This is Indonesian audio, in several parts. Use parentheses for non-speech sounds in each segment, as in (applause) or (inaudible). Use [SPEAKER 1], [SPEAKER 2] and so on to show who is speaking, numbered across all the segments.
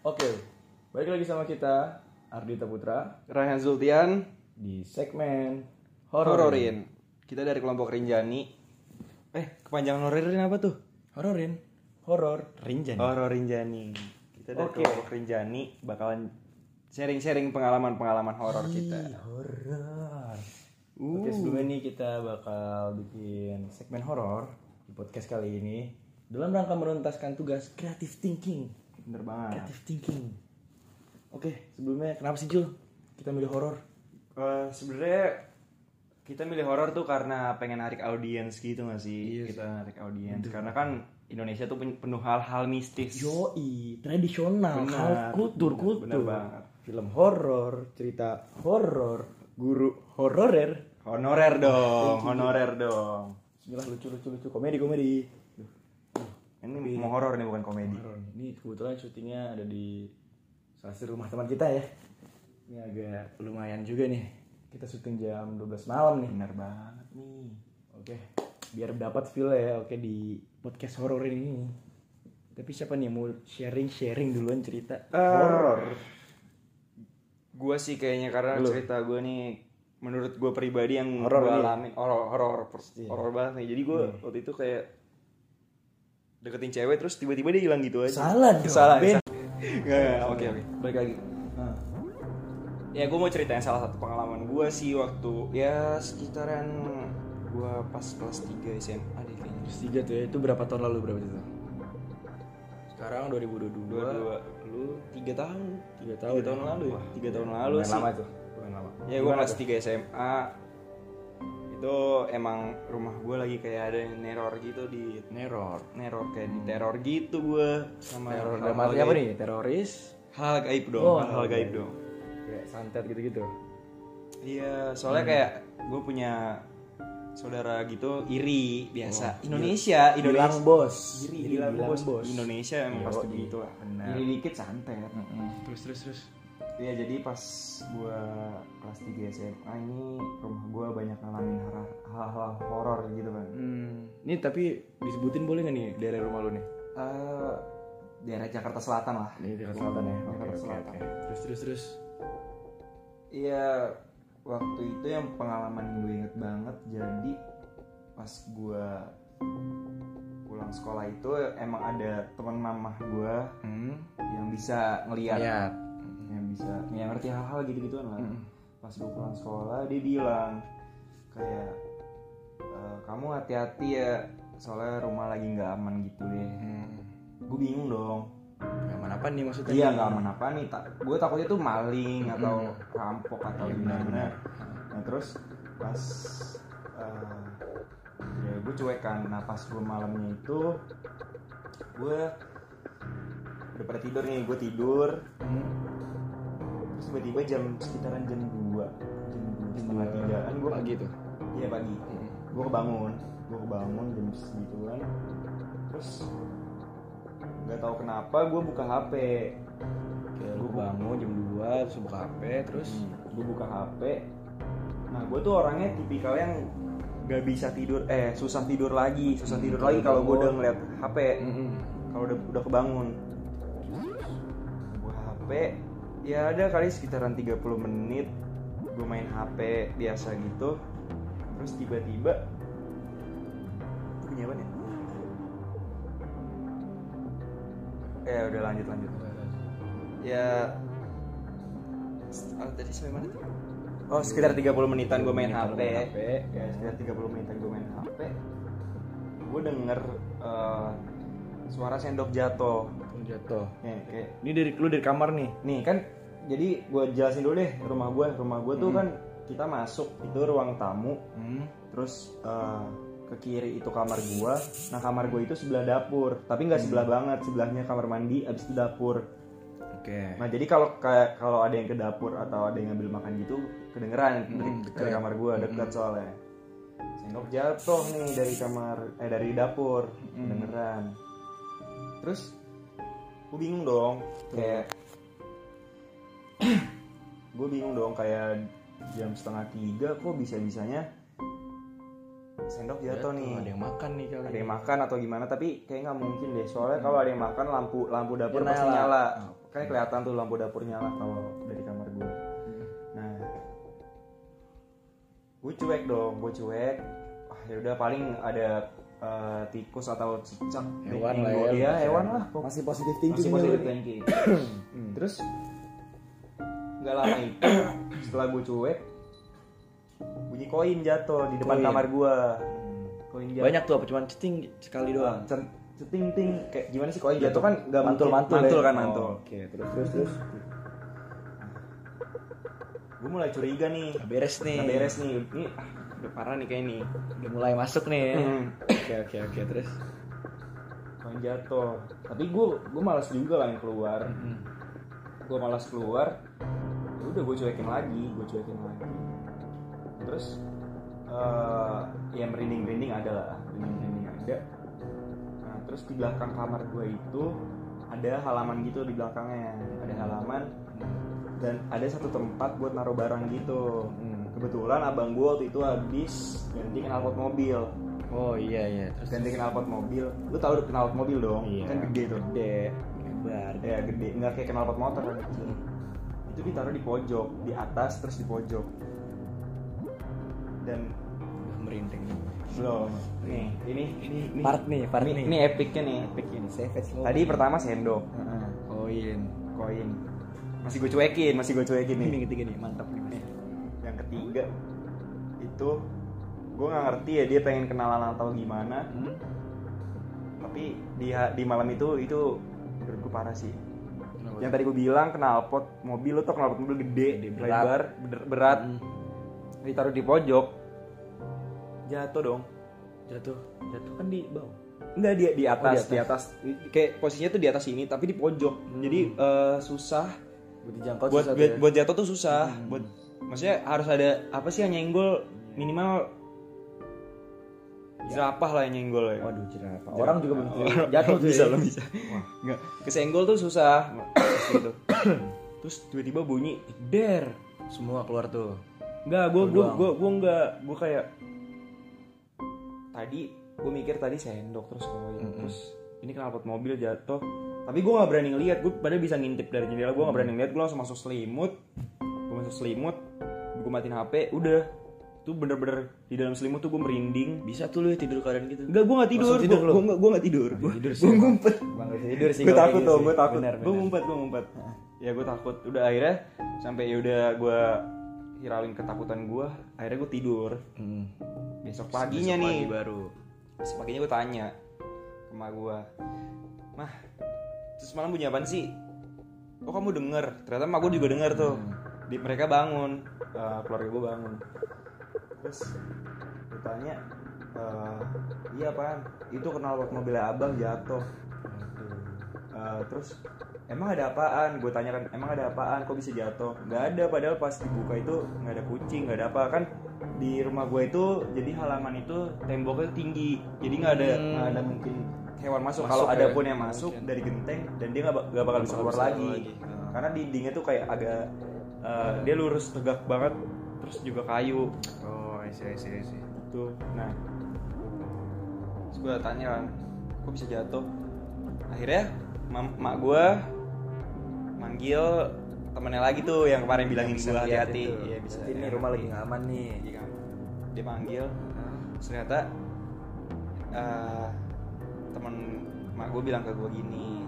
[SPEAKER 1] Oke, balik lagi sama kita Ardita Putra
[SPEAKER 2] Raihan Zultian,
[SPEAKER 1] di segmen Hororin.
[SPEAKER 2] Hororin. Kita dari kelompok Rinjani. Eh, kepanjangan Hororin apa tuh?
[SPEAKER 1] Hororin, horor, rinjan.
[SPEAKER 2] Horor Rinjani. Oh, Kita dari
[SPEAKER 1] Oke.
[SPEAKER 2] kelompok Rinjani bakalan sharing-sharing pengalaman-pengalaman horor kita.
[SPEAKER 1] horor. Uh. Oke, sebelumnya nih kita bakal bikin segmen horor di podcast kali ini dalam rangka menuntaskan tugas creative thinking.
[SPEAKER 2] Bener banget.
[SPEAKER 1] Creative thinking. Oke, sebelumnya kenapa sih Jul? Kita milih horor.
[SPEAKER 2] Eh, Sebenarnya kita milih horor tuh karena pengen narik audiens gitu gak sih? Kita narik audiens karena kan Indonesia tuh pen- penuh hal-hal mistis.
[SPEAKER 1] Yoi, tradisional,
[SPEAKER 2] Benar,
[SPEAKER 1] hal- kultur,
[SPEAKER 2] benar,
[SPEAKER 1] kultur.
[SPEAKER 2] benar banget.
[SPEAKER 1] Film horor, cerita horor, guru hororer.
[SPEAKER 2] Honorer dong, honorer dong.
[SPEAKER 1] Bismillah lucu lucu lucu komedi komedi.
[SPEAKER 2] Ini mau horor nih bukan komedi.
[SPEAKER 1] Ini kebetulan syutingnya ada di salah satu rumah teman kita ya. Ini agak lumayan juga nih. Kita syuting jam 12 malam nih.
[SPEAKER 2] Bener banget nih.
[SPEAKER 1] Oke, biar dapat feel ya. Oke di podcast horor ini. Tapi siapa nih yang mau sharing sharing duluan cerita?
[SPEAKER 2] Horor. Gue Eh, sih kayaknya karena cerita gue nih menurut gue pribadi yang
[SPEAKER 1] Horor
[SPEAKER 2] gue
[SPEAKER 1] nih.
[SPEAKER 2] alamin horor horor pers- horor banget nih. Jadi gue waktu itu kayak deketin cewek terus tiba-tiba dia hilang gitu aja.
[SPEAKER 1] Salah dong.
[SPEAKER 2] Salah.
[SPEAKER 1] Ben.
[SPEAKER 2] salah. Nggak, nggak, Oke oke. Balik lagi.
[SPEAKER 1] Ah,
[SPEAKER 2] Ya gue mau ceritain salah satu pengalaman gue sih waktu ya sekitaran gue pas kelas 3 SMA deh kayaknya.
[SPEAKER 1] terus tiga tuh ya. Itu berapa tahun lalu berapa itu? Sekarang 2022.
[SPEAKER 2] Dua dua lu tiga tahun
[SPEAKER 1] Tiga tahun.
[SPEAKER 2] tahun lalu ya tiga tahun lalu
[SPEAKER 1] Lumayan
[SPEAKER 2] sih.
[SPEAKER 1] lama tuh. Lumayan lama.
[SPEAKER 2] Ya gue kelas 3 SMA itu emang rumah gue lagi kayak ada yang neror gitu di
[SPEAKER 1] Neror.
[SPEAKER 2] neror kayak di teror gitu gue sama
[SPEAKER 1] Teror
[SPEAKER 2] hal-hal
[SPEAKER 1] dalam arti apa
[SPEAKER 2] gaib.
[SPEAKER 1] nih? Teroris?
[SPEAKER 2] Hal gaib dong,
[SPEAKER 1] Oh,
[SPEAKER 2] hal,
[SPEAKER 1] hal
[SPEAKER 2] gaib
[SPEAKER 1] gaib.
[SPEAKER 2] dong.
[SPEAKER 1] Kayak santet gitu-gitu.
[SPEAKER 2] Iya, soalnya
[SPEAKER 1] Hmm.
[SPEAKER 2] kayak gue punya saudara gitu iri biasa Indonesia Indonesia
[SPEAKER 1] Oh, Bilang bos.
[SPEAKER 2] iri
[SPEAKER 1] Jadi
[SPEAKER 2] bilang
[SPEAKER 1] bilang
[SPEAKER 2] bos. Indonesia emang
[SPEAKER 1] Iya,
[SPEAKER 2] pasti
[SPEAKER 1] iya.
[SPEAKER 2] begitu lah
[SPEAKER 1] Benar.
[SPEAKER 2] iri dikit santai
[SPEAKER 1] Terus terus terus.
[SPEAKER 2] Iya jadi pas gua kelas 3 SMA ini rumah gua banyak ngalamin hara- hal-hal horor gitu kan.
[SPEAKER 1] Hmm, ini tapi disebutin boleh nggak nih daerah rumah lu nih?
[SPEAKER 2] Eh, daerah Jakarta Selatan lah.
[SPEAKER 1] Ini daerah selatan ya. Oke
[SPEAKER 2] Jakarta
[SPEAKER 1] oke
[SPEAKER 2] Selatan.
[SPEAKER 1] oke. Terus terus terus.
[SPEAKER 2] Iya waktu itu yang pengalaman gue inget banget jadi pas gua pulang sekolah itu emang ada teman mamah gua
[SPEAKER 1] Hmm.
[SPEAKER 2] yang bisa ngeliat
[SPEAKER 1] Lihat.
[SPEAKER 2] yang bisa yang ngerti hal-hal gitu gituan lah
[SPEAKER 1] Mm.
[SPEAKER 2] pas gue pulang sekolah dia bilang kayak e, kamu hati-hati ya soalnya rumah lagi nggak aman gitu deh
[SPEAKER 1] Hmm.
[SPEAKER 2] gue bingung dong
[SPEAKER 1] Aman apa nih maksudnya?
[SPEAKER 2] iya nggak aman apa nih tak gue takutnya tuh maling atau rampok atau gimana nah terus pas eh, ya gue cuek kan nah pas gue malamnya itu gue udah pada tidur nih gue tidur
[SPEAKER 1] Hmm.
[SPEAKER 2] Terus tiba-tiba jam sekitaran jam 2 Jam 2 setengah
[SPEAKER 1] Iya.
[SPEAKER 2] 3 Kan gue
[SPEAKER 1] Pagi tuh.
[SPEAKER 2] Iya pagi
[SPEAKER 1] Hmm.
[SPEAKER 2] Gue kebangun Gue kebangun jam segituan Terus Gak tahu kenapa gue buka HP
[SPEAKER 1] Kayak lu bangun jam 2 terus buka HP terus
[SPEAKER 2] Gue buka HP Nah gue tuh orangnya tipikal yang Gak bisa tidur Eh susah tidur lagi Susah tidur lagi kalau gue udah ngeliat HP
[SPEAKER 1] Hmm.
[SPEAKER 2] kalau udah udah kebangun gue HP ya ada kali sekitaran 30 menit gue main HP biasa gitu terus tiba-tiba Itu bunyi apa nih ya udah lanjut lanjut ya s- ah, tadi sampai mana tuh? Oh sekitar 30 menitan gue main HP
[SPEAKER 1] HP.
[SPEAKER 2] ya sekitar 30 menitan gue main HP gue denger eh, suara sendok jatuh
[SPEAKER 1] Terus Jatuh.
[SPEAKER 2] nih kayak
[SPEAKER 1] Ini dari lu dari kamar nih.
[SPEAKER 2] nih kan jadi gue jelasin dulu deh rumah gue rumah gue tuh kan kita masuk itu ruang tamu
[SPEAKER 1] Hmm.
[SPEAKER 2] terus eh, ke kiri itu kamar gue nah kamar gue itu sebelah dapur tapi nggak sebelah banget sebelahnya kamar mandi abis itu dapur
[SPEAKER 1] Oke.
[SPEAKER 2] nah jadi kalau kayak kalau ada yang ke dapur atau ada yang ngambil makan gitu kedengeran
[SPEAKER 1] Hmm,
[SPEAKER 2] dari, dari kamar gue dekat soalnya sendok jatuh nih dari kamar eh dari dapur
[SPEAKER 1] Hmm.
[SPEAKER 2] kedengeran terus gue bingung dong kayak (clears throat) gue bingung dong kayak jam setengah tiga kok bisa bisanya sendok jatuh nih
[SPEAKER 1] ada yang makan nih kali
[SPEAKER 2] ada yang makan atau gimana tapi kayak nggak mungkin deh soalnya kalau ada yang makan lampu lampu dapur
[SPEAKER 1] Ya,
[SPEAKER 2] pasti
[SPEAKER 1] Hmm. nyala.
[SPEAKER 2] nyala
[SPEAKER 1] Oh.
[SPEAKER 2] kayak kelihatan tuh lampu dapur nyala kalau dari kamar gue nah gue cuek dong gue cuek ah ya udah paling ada eh, tikus atau cicak di-
[SPEAKER 1] Hewan
[SPEAKER 2] di
[SPEAKER 1] lah ya,
[SPEAKER 2] gua. Iya,
[SPEAKER 1] maksudnya.
[SPEAKER 2] hewan lah pokoknya.
[SPEAKER 3] Masih positif
[SPEAKER 2] masih
[SPEAKER 3] thinking
[SPEAKER 1] gitu.
[SPEAKER 2] positif
[SPEAKER 3] dulu.
[SPEAKER 2] thinking
[SPEAKER 1] Hmm.
[SPEAKER 2] terus nggak lama itu setelah gue cuek bunyi koin jatuh di depan
[SPEAKER 1] Koin.
[SPEAKER 2] kamar gue koin jatuh
[SPEAKER 1] banyak tuh apa cuman ceting sekali doang
[SPEAKER 2] ceting ting kayak gimana sih koin jatuh kan nggak
[SPEAKER 1] Mantul,
[SPEAKER 2] mungkin-
[SPEAKER 1] mantul
[SPEAKER 2] mantul
[SPEAKER 1] ya?
[SPEAKER 2] kan
[SPEAKER 1] Oh,
[SPEAKER 2] mantul
[SPEAKER 1] oke terus terus terus
[SPEAKER 2] gue mulai curiga nih
[SPEAKER 1] Nggak beres nih
[SPEAKER 2] nggak beres nih ini ah, udah parah nih kayak ini
[SPEAKER 1] udah mulai masuk nih
[SPEAKER 2] Hmm.
[SPEAKER 1] (laughs) oke oke oke terus
[SPEAKER 2] koin jatuh tapi gue gue malas juga kan keluar gue malas keluar ya udah gue cuekin lagi gue cuekin lagi terus eh ya merinding merinding ada lah merinding merinding ada nah, terus di belakang kamar gue itu ada halaman gitu di belakangnya ada halaman dan ada satu tempat buat naruh barang gitu
[SPEAKER 1] Hmm.
[SPEAKER 2] kebetulan abang gue waktu itu habis ganti knalpot mobil
[SPEAKER 1] oh iya iya terus
[SPEAKER 2] ganti knalpot mobil lu tau knalpot mobil dong
[SPEAKER 1] Iya.
[SPEAKER 2] kan gede tuh
[SPEAKER 1] gede Iya. lebar
[SPEAKER 2] ya gede nggak kayak knalpot motor kan kecil itu ditaruh di pojok di atas terus di pojok dan
[SPEAKER 1] Udah merinding
[SPEAKER 2] belum nih ini ini ini
[SPEAKER 1] part nih part
[SPEAKER 2] ini,
[SPEAKER 1] nih Oh.
[SPEAKER 2] ini epicnya nih epic ini
[SPEAKER 1] ya,
[SPEAKER 3] Savage mode.
[SPEAKER 2] tadi pertama sendok
[SPEAKER 1] koin
[SPEAKER 2] koin masih gue cuekin masih gue cuekin nih
[SPEAKER 1] ini yang ketiga nih mantap nih
[SPEAKER 2] yang ketiga itu gue nggak ngerti ya dia pengen kenalan atau gimana
[SPEAKER 1] Hmm?
[SPEAKER 2] tapi di di malam itu itu menurut gue parah sih yang tadi gue bilang knalpot mobil lo tau knalpot mobil gede,
[SPEAKER 1] Gede, berat.
[SPEAKER 2] lebar ber- berat
[SPEAKER 1] Hmm.
[SPEAKER 2] ditaruh di pojok jatuh dong
[SPEAKER 1] jatuh jatuh kan di bawah
[SPEAKER 2] enggak dia di atas,
[SPEAKER 1] di
[SPEAKER 2] di atas kayak posisinya tuh di atas ini tapi di pojok jadi eh, susah
[SPEAKER 1] buat dijangkau
[SPEAKER 2] buat
[SPEAKER 1] susah tuh
[SPEAKER 2] buat,
[SPEAKER 1] ya.
[SPEAKER 2] buat jatuh Oh, tuh Hmm. susah buat maksudnya harus ada apa sih yang nyenggol minimal jerapah lah yang nyenggol ya
[SPEAKER 1] waduh jerapa orang juga begitu
[SPEAKER 2] jatuh
[SPEAKER 1] (laughs) jatuh tuh
[SPEAKER 2] bisa
[SPEAKER 1] ya.
[SPEAKER 2] lo bisa nggak kesenggol tuh susah Terus gitu (coughs) terus tiba-tiba bunyi der
[SPEAKER 1] semua keluar tuh
[SPEAKER 2] Enggak, gue
[SPEAKER 1] Lu
[SPEAKER 2] gue
[SPEAKER 1] doang.
[SPEAKER 2] gue gue enggak, gue kayak tadi gue mikir tadi sendok terus koin terus ini knalpot mobil jatuh. Tapi gue nggak berani ngeliat, gue padahal bisa ngintip dari jendela, gue nggak berani ngeliat, gue langsung masuk selimut, gue masuk selimut, gue matiin HP, udah tuh bener-bener di dalam selimut tuh gue merinding.
[SPEAKER 1] bisa tuh lu ya tidur keadaan gitu
[SPEAKER 2] Enggak, gue nggak tidur,
[SPEAKER 1] Langsung tidur lu?
[SPEAKER 2] gue gue nggak tidur, gue
[SPEAKER 1] tidur sih
[SPEAKER 2] gue ngumpet
[SPEAKER 3] Bang gak bisa tidur sih.
[SPEAKER 2] gue
[SPEAKER 3] kalau
[SPEAKER 2] takut
[SPEAKER 3] kayak
[SPEAKER 2] tuh
[SPEAKER 3] gitu
[SPEAKER 2] gue
[SPEAKER 3] sih.
[SPEAKER 2] takut
[SPEAKER 3] Benar,
[SPEAKER 2] gue
[SPEAKER 3] benar.
[SPEAKER 2] ngumpet gue ngumpet ya gue takut udah akhirnya sampai ya udah gue hirauin ketakutan gue akhirnya gue tidur
[SPEAKER 1] Hmm.
[SPEAKER 2] besok paginya
[SPEAKER 1] Besok
[SPEAKER 2] nih
[SPEAKER 1] pagi baru
[SPEAKER 2] besok paginya gue tanya ke emak gue mah terus malam bunyi apaan sih oh kamu denger ternyata emak gue juga denger tuh di mereka bangun Eh, keluarga gue bangun terus gue tanya eh, iya apaan itu kenal buat mobilnya abang jatuh Eh, terus emang ada apaan gue tanyakan emang ada apaan kok bisa jatuh nggak ada padahal pas dibuka itu nggak ada kucing nggak ada apa kan di rumah gue itu jadi halaman itu temboknya tinggi jadi nggak ada
[SPEAKER 1] Hmm.
[SPEAKER 2] nggak ada mungkin hewan masuk,
[SPEAKER 1] Masuk
[SPEAKER 2] kalau
[SPEAKER 1] ya.
[SPEAKER 2] ada pun yang masuk
[SPEAKER 1] Mungkin.
[SPEAKER 2] dari genteng dan dia nggak ba- nggak bakal bisa keluar lagi, karena dindingnya tuh kayak agak eh, dia lurus tegak banget terus juga kayu
[SPEAKER 1] oh isi isi isi
[SPEAKER 2] gitu nah terus gue tanya kan kok bisa jatuh akhirnya mam- mak gue manggil temennya lagi tuh yang kemarin bilangin
[SPEAKER 3] Bisa
[SPEAKER 2] gue
[SPEAKER 3] lihat
[SPEAKER 2] hati-hati
[SPEAKER 3] itu.
[SPEAKER 2] Iya, bisa
[SPEAKER 3] Berarti ini rumah lagi nggak aman nih.
[SPEAKER 2] Iya, kan. dia manggil
[SPEAKER 1] Hmm,
[SPEAKER 2] Terus ternyata eh, temen mak gue bilang ke gue gini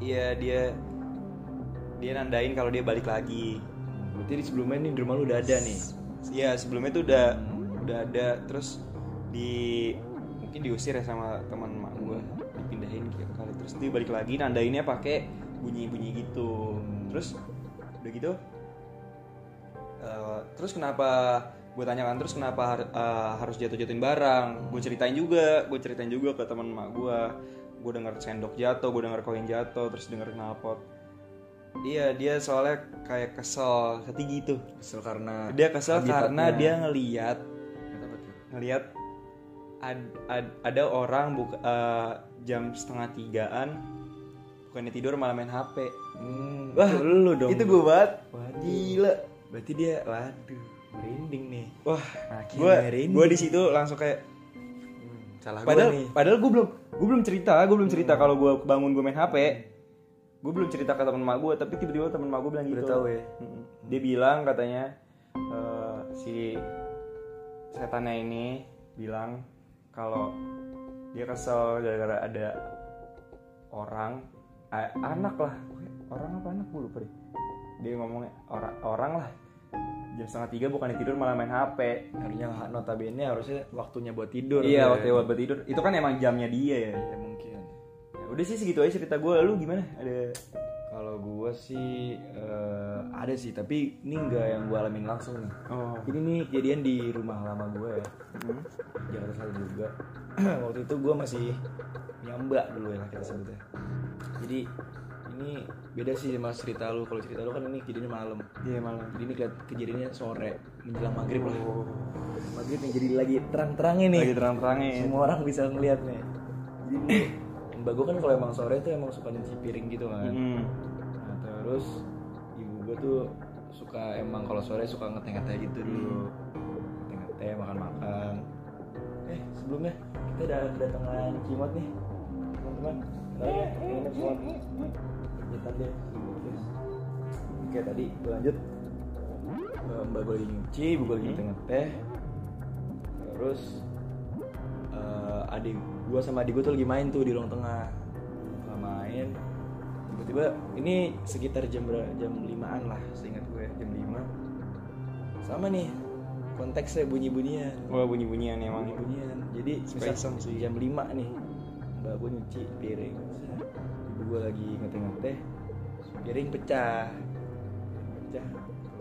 [SPEAKER 2] iya dia dia nandain kalau dia balik lagi
[SPEAKER 1] berarti di sebelumnya nih di rumah lu udah ada nih
[SPEAKER 2] Iya sebelumnya tuh udah udah ada terus di mungkin diusir ya sama teman mak gue dipindahin ke kali terus dia balik lagi nandainnya pakai bunyi bunyi gitu terus udah gitu eh, terus kenapa gue tanyakan terus kenapa har- eh, harus jatuh jatuhin barang gue ceritain juga gue ceritain juga ke teman mak gue gue denger sendok jatuh gue denger koin jatuh terus denger knalpot iya dia soalnya kayak kesel gitu. ketinggi tuh
[SPEAKER 1] kesel karena ya?
[SPEAKER 2] dia kesel
[SPEAKER 1] habitatnya.
[SPEAKER 2] karena dia ngeliat
[SPEAKER 1] Kata apa tuh?
[SPEAKER 2] ngeliat ad- ad- ada orang buka, eh, jam setengah tigaan bukannya tidur malah main HP
[SPEAKER 1] hmm,
[SPEAKER 2] Wah,
[SPEAKER 1] itu lu dong
[SPEAKER 2] itu gue banget
[SPEAKER 1] Waduh.
[SPEAKER 2] gila
[SPEAKER 1] berarti dia waduh merinding nih
[SPEAKER 2] wah
[SPEAKER 1] Makin
[SPEAKER 2] gue
[SPEAKER 1] merinding.
[SPEAKER 2] gue di situ langsung kayak
[SPEAKER 3] Salah gua
[SPEAKER 2] padahal
[SPEAKER 3] nih. Hmm.
[SPEAKER 2] padahal gue belum gue belum cerita gue belum cerita kalau gue bangun gue main hp gue belum cerita ke teman mak gue tapi tiba-tiba teman mak gue bilang gitu
[SPEAKER 3] Udah tahu ya.
[SPEAKER 2] Mm-mm. dia bilang katanya eh, si setannya ini bilang kalau dia kesel gara-gara ada orang a- anak lah orang apa anak gue lupa deh dia ngomongnya orang orang lah jam setengah tiga bukan tidur malah main hp
[SPEAKER 3] Harusnya ha- notabene harusnya waktunya buat tidur. Ya.
[SPEAKER 2] Iya, waktu buat tidur. Itu kan emang jamnya dia ya.
[SPEAKER 1] ya mungkin
[SPEAKER 2] Ya, udah sih segitu aja cerita gue. Lu gimana? Ada
[SPEAKER 1] kalau gue sih eh, ada sih tapi ini nggak yang gue alamin langsung nih
[SPEAKER 2] Oh.
[SPEAKER 1] ini nih kejadian di rumah lama gue ya
[SPEAKER 2] Hmm?
[SPEAKER 1] Jakarta Selatan juga (clears throat) waktu itu gue masih nyamba dulu ya kita sebutnya jadi ini beda sih sama cerita lu kalau cerita lu kan ini kejadiannya malam
[SPEAKER 2] Iya, malam.
[SPEAKER 1] jadi ini keliat- kejadiannya sore menjelang maghrib lah maghrib nih jadi lagi terang-terangnya nih
[SPEAKER 2] Lagi terang-terangin.
[SPEAKER 1] semua orang bisa ngeliat nih jadi (clears throat) ini, mbak gue kan kalau emang sore tuh emang suka nyuci piring gitu kan
[SPEAKER 2] Hmm.
[SPEAKER 1] Nah, terus ibu gue tuh suka emang kalau sore suka ngeteh-ngeteh gitu dulu. Ngeteh-ngeteh, makan-makan. Eh, sebelumnya kita udah kedatangan Cimot nih. Teman-teman, kenalin ya, temennya Cimot. Kegiatan dia. Terus, Oke, tadi gue lanjut. Eh, Mbak gue lagi nyuci, ibu gue lagi ngeteh-ngeteh. Terus eh, adik gue sama adik gue tuh lagi main tuh di ruang tengah. Lagi main, tiba-tiba ini sekitar jam ber- jam limaan lah seingat gue jam 5 sama nih konteksnya bunyi-bunyian
[SPEAKER 2] Wah, bunyi-bunyian emang.
[SPEAKER 1] bunyi-bunyian jadi
[SPEAKER 2] Suka
[SPEAKER 1] misal
[SPEAKER 2] iseng sih.
[SPEAKER 1] jam 5 nih mbak gue nyuci piring ibu gue lagi ngeteh-ngeteh piring pecah pecah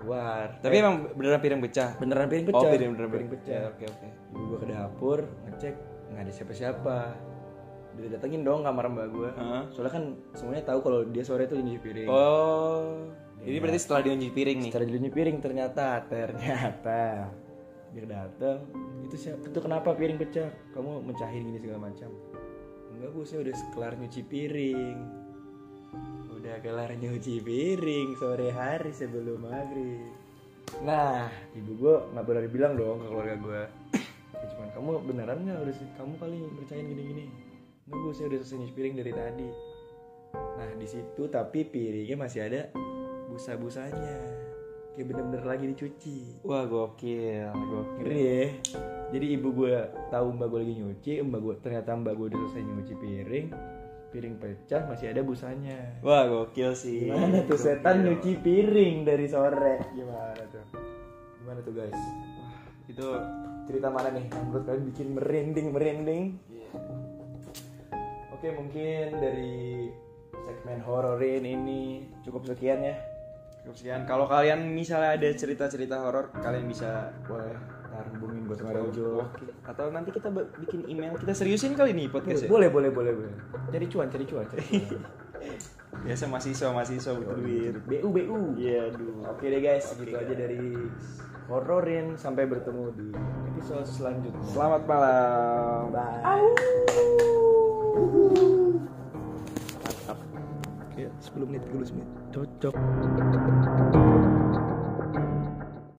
[SPEAKER 1] keluar Eh,
[SPEAKER 2] Tapi emang Eh. beneran piring pecah.
[SPEAKER 1] beneran piring pecah
[SPEAKER 2] Oh, piring beneran
[SPEAKER 1] piring
[SPEAKER 2] Ya,
[SPEAKER 1] pecah
[SPEAKER 2] Oke, oke.
[SPEAKER 1] ibu gue ke dapur ngecek nggak ada siapa-siapa dia datengin dong kamar mbak gue
[SPEAKER 2] Heeh.
[SPEAKER 1] soalnya kan semuanya tahu kalau dia sore tuh nyuci piring
[SPEAKER 2] Oh. Jadi berarti setelah dia nyuci piring nih.
[SPEAKER 1] secara dulunya piring ternyata ternyata dia datang itu siapa itu kenapa piring pecah kamu mencahin gini segala macam enggak bu saya udah kelar nyuci piring udah kelar nyuci piring sore hari sebelum maghrib nah ibu gue nggak berani bilang dong ke keluarga gue Ya cuman kamu beneran nggak udah sih- kamu kali percayain gini-gini enggak bu saya udah selesai nyuci piring dari tadi nah di situ tapi piringnya masih ada busa-busanya kayak bener-bener lagi dicuci
[SPEAKER 2] Wah, gokil. Gokil.
[SPEAKER 1] Ngeri ya. Jadi ibu gue tahu mbak gue lagi nyuci, mbak gue ternyata mbak gue udah selesai nyuci piring, piring pecah masih ada busanya.
[SPEAKER 2] Wah, gokil sih.
[SPEAKER 1] Gimana tuh setan nyuci piring dari sore? Gimana tuh? Gimana tuh guys?
[SPEAKER 2] Itu
[SPEAKER 1] Cerita mana nih yang menurut kalian bikin merinding merinding?
[SPEAKER 2] Iya.
[SPEAKER 1] Oke mungkin dari segmen hororin ini cukup sekian ya.
[SPEAKER 2] cukup sekian. Kalau kalian misalnya ada cerita-cerita horor, kalian bisa
[SPEAKER 1] Boleh ntar hubungin gue sama Dojo.
[SPEAKER 2] Oke. Atau nanti kita be- bikin email. Kita seriusin kali nih ya? podcastnya.
[SPEAKER 1] Boleh boleh boleh boleh. Cari cuan cari cuan cari cuan. (laughs)
[SPEAKER 2] Biasa mahasiswa, mahasiswa butuh duit.
[SPEAKER 1] BU BU.
[SPEAKER 2] Iya, aduh.
[SPEAKER 1] Oke deh guys, segitu aja dari hororin sampai bertemu di episode selanjutnya.
[SPEAKER 2] Selamat malam.
[SPEAKER 1] Bye. Mantap. Oke, 10 menit, 10 menit. Cocok.